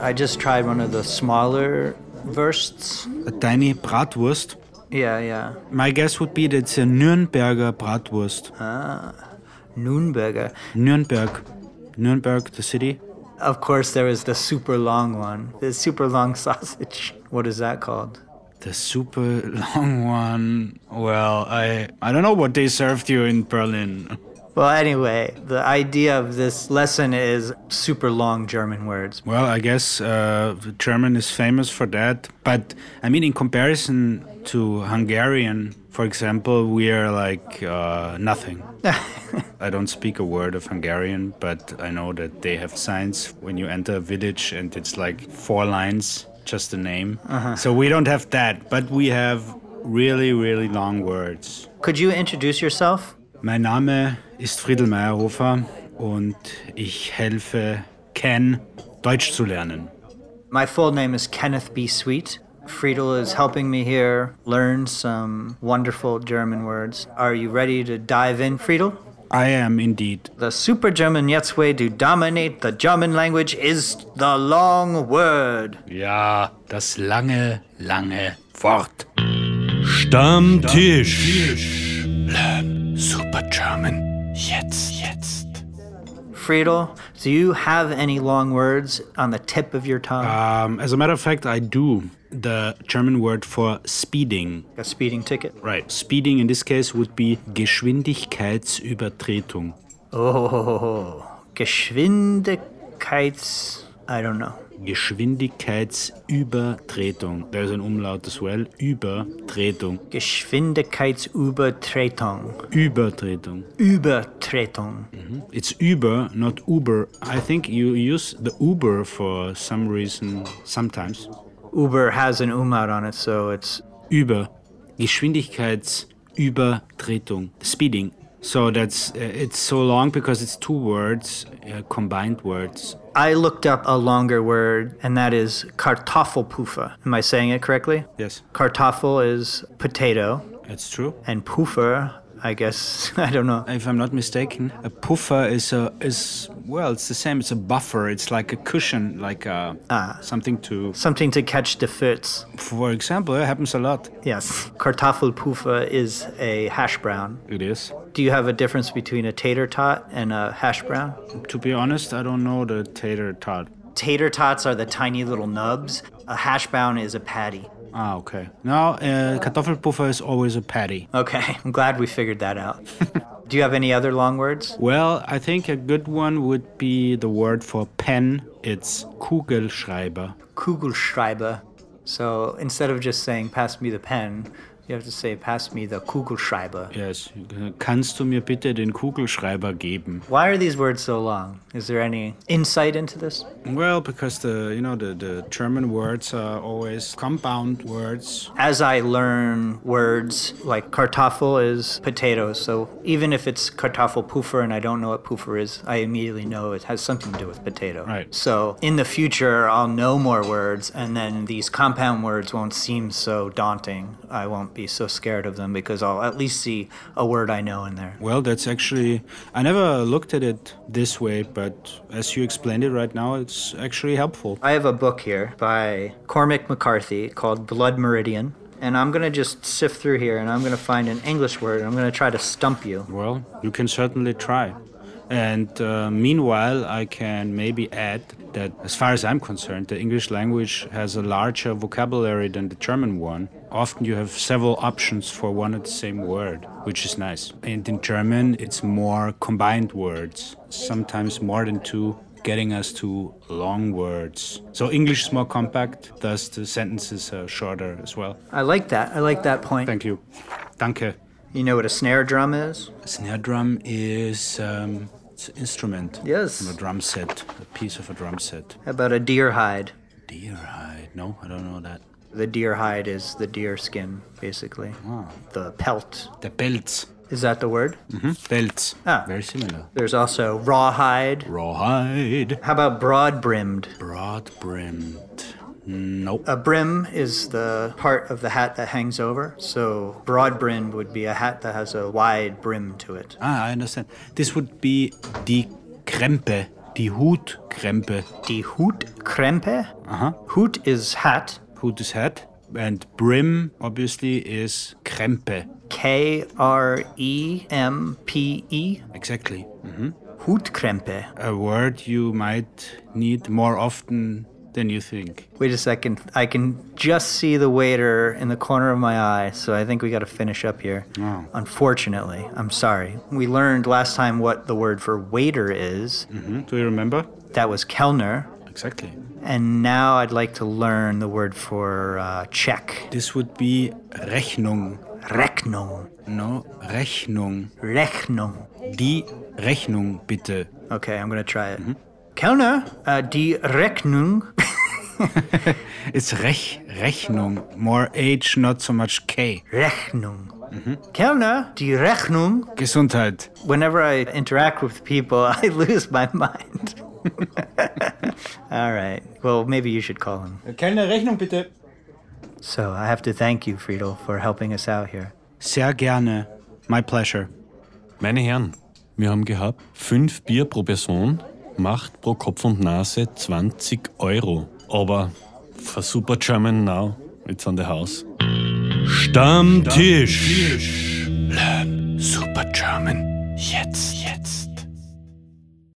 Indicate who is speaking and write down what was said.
Speaker 1: I just tried one of the smaller wursts.
Speaker 2: A tiny bratwurst.
Speaker 1: Yeah, yeah.
Speaker 2: My guess would be that it's a Nürnberger bratwurst.
Speaker 1: Noonburger.
Speaker 2: Nürnberg. Nürnberg, the city.
Speaker 1: Of course, there was the super long one, the super long sausage. What is that called?
Speaker 2: The super long one. Well, I I don't know what they served you in Berlin.
Speaker 1: Well, anyway, the idea of this lesson is super long German words.
Speaker 2: Well, I guess uh, the German is famous for that. But I mean, in comparison to Hungarian, for example, we are like uh, nothing. I don't speak a word of Hungarian, but I know that they have signs when you enter a village and it's like four lines, just a name. So we don't have that, but we have really, really long words.
Speaker 1: Could you introduce yourself?
Speaker 2: Mein Name ist Friedel Meyerhofer und ich helfe Ken, Deutsch zu lernen.
Speaker 1: My full name is Kenneth B. Sweet. Friedel is helping me here learn some wonderful German words. Are you ready to dive in, Friedel?
Speaker 2: I am indeed.
Speaker 1: The super German Yet's way to dominate the German language is the long word.
Speaker 2: Ja, das lange, lange Wort.
Speaker 3: Stammtisch. Learn Super German. Jetzt, jetzt.
Speaker 1: Friedel, do you have any long words on the tip of your tongue?
Speaker 2: Um, as a matter of fact, I do. The German word for speeding.
Speaker 1: a speeding ticket.
Speaker 2: Right. Speeding in this case would be Geschwindigkeitsübertretung.
Speaker 1: Oh, Geschwindigkeits. I don't know.
Speaker 2: Geschwindigkeitsübertretung. There's an umlaut as well. Übertretung.
Speaker 1: Geschwindigkeitsübertretung.
Speaker 2: Übertretung.
Speaker 1: Übertretung.
Speaker 2: It's Uber, not Uber. I think you use the Uber for some reason sometimes.
Speaker 1: Uber has an umlaut on it, so it's
Speaker 2: Über. Geschwindigkeitsübertretung. Speeding. So that's uh, it's so long because it's two words, uh, combined words.
Speaker 1: I looked up a longer word, and that is Kartoffelpuffer. Am I saying it correctly?
Speaker 2: Yes,
Speaker 1: Kartoffel is potato,
Speaker 2: that's true.
Speaker 1: and puffer, I guess, I don't know.
Speaker 2: If I'm not mistaken, a puffer is a is well, it's the same. It's a buffer. It's like a cushion, like a something to.
Speaker 1: Something to catch the fits.
Speaker 2: For example, it happens a lot.
Speaker 1: Yes. Kartoffelpuffer is a hash brown.
Speaker 2: It is.
Speaker 1: Do you have a difference between a tater tot and a hash brown?
Speaker 2: To be honest, I don't know the tater tot.
Speaker 1: Tater tots are the tiny little nubs. A hash brown is a patty.
Speaker 2: Ah, okay. Now, uh, Kartoffelpuffer is always a patty.
Speaker 1: Okay, I'm glad we figured that out. Do you have any other long words?
Speaker 2: Well, I think a good one would be the word for pen. It's Kugelschreiber.
Speaker 1: Kugelschreiber. So instead of just saying pass me the pen, you have to say pass me the Kugelschreiber.
Speaker 2: Yes. Kannst du mir bitte den Kugelschreiber geben?
Speaker 1: Why are these words so long? Is there any insight into this?
Speaker 2: Well, because the you know the, the German words are always compound words.
Speaker 1: As I learn words like Kartoffel is potatoes, so even if it's Kartoffelpuffer and I don't know what puffer is, I immediately know it has something to do with potato.
Speaker 2: Right.
Speaker 1: So in the future, I'll know more words, and then these compound words won't seem so daunting. I won't be so scared of them because I'll at least see a word I know in there.
Speaker 2: Well, that's actually I never looked at it this way, but as you explained it right now, it's actually helpful.
Speaker 1: I have a book here by Cormac McCarthy called Blood Meridian. And I'm going to just sift through here and I'm going to find an English word and I'm going to try to stump you.
Speaker 2: Well, you can certainly try. And uh, meanwhile, I can maybe add that, as far as I'm concerned, the English language has a larger vocabulary than the German one. Often you have several options for one and the same word, which is nice. And in German, it's more combined words, sometimes more than two, getting us to long words. So English is more compact, thus the sentences are shorter as well.
Speaker 1: I like that. I like that point.
Speaker 2: Thank you. Danke.
Speaker 1: You know what a snare drum is?
Speaker 2: Snare drum is um, it's an instrument.
Speaker 1: Yes.
Speaker 2: From a drum set, a piece of a drum set.
Speaker 1: How about a deer hide?
Speaker 2: Deer hide. No, I don't know that.
Speaker 1: The deer hide is the deer skin, basically. The pelt.
Speaker 2: The belts.
Speaker 1: Is that the word?
Speaker 2: Mm. Belts.
Speaker 1: Ah.
Speaker 2: Very similar.
Speaker 1: There's also rawhide.
Speaker 2: Rawhide.
Speaker 1: How about broad brimmed?
Speaker 2: Broad brimmed. Nope.
Speaker 1: A brim is the part of the hat that hangs over. So broad brimmed would be a hat that has a wide brim to it.
Speaker 2: Ah, I understand. This would be die Krempe. die Hutkrempe.
Speaker 1: Die Hutkrempe.
Speaker 2: Aha.
Speaker 1: Hut is hat.
Speaker 2: Hut is hat. And brim, obviously, is Krempe.
Speaker 1: K R E M P E.
Speaker 2: Exactly.
Speaker 1: Hutkrempe.
Speaker 2: A word you might need more often than you think.
Speaker 1: Wait a second. I can just see the waiter in the corner of my eye, so I think we got to finish up here. Unfortunately, I'm sorry. We learned last time what the word for waiter is.
Speaker 2: Mhm. Do you remember?
Speaker 1: That was Kellner.
Speaker 2: Exactly.
Speaker 1: And now I'd like to learn the word for uh, check.
Speaker 2: This would be Rechnung.
Speaker 1: Rechnung.
Speaker 2: No, Rechnung.
Speaker 1: Rechnung.
Speaker 2: Die Rechnung bitte.
Speaker 1: Okay, I'm going to try it. Kellner, uh, die Rechnung.
Speaker 2: It's Rech, Rechnung. More H, not so much K.
Speaker 1: Rechnung. Kellner, die Rechnung.
Speaker 2: Gesundheit.
Speaker 1: Whenever I interact with people, I lose my mind. All right. Well, maybe you should call him.
Speaker 2: Keine Rechnung bitte.
Speaker 1: So I have to thank you, Friedel, for helping us out here.
Speaker 2: Sehr gerne. My pleasure.
Speaker 4: Meine Herren, wir haben gehabt fünf Bier pro Person, macht pro Kopf und Nase 20 Euro. Aber for Super German now, it's on the house. Stammtisch!
Speaker 3: Super German, jetzt, jetzt.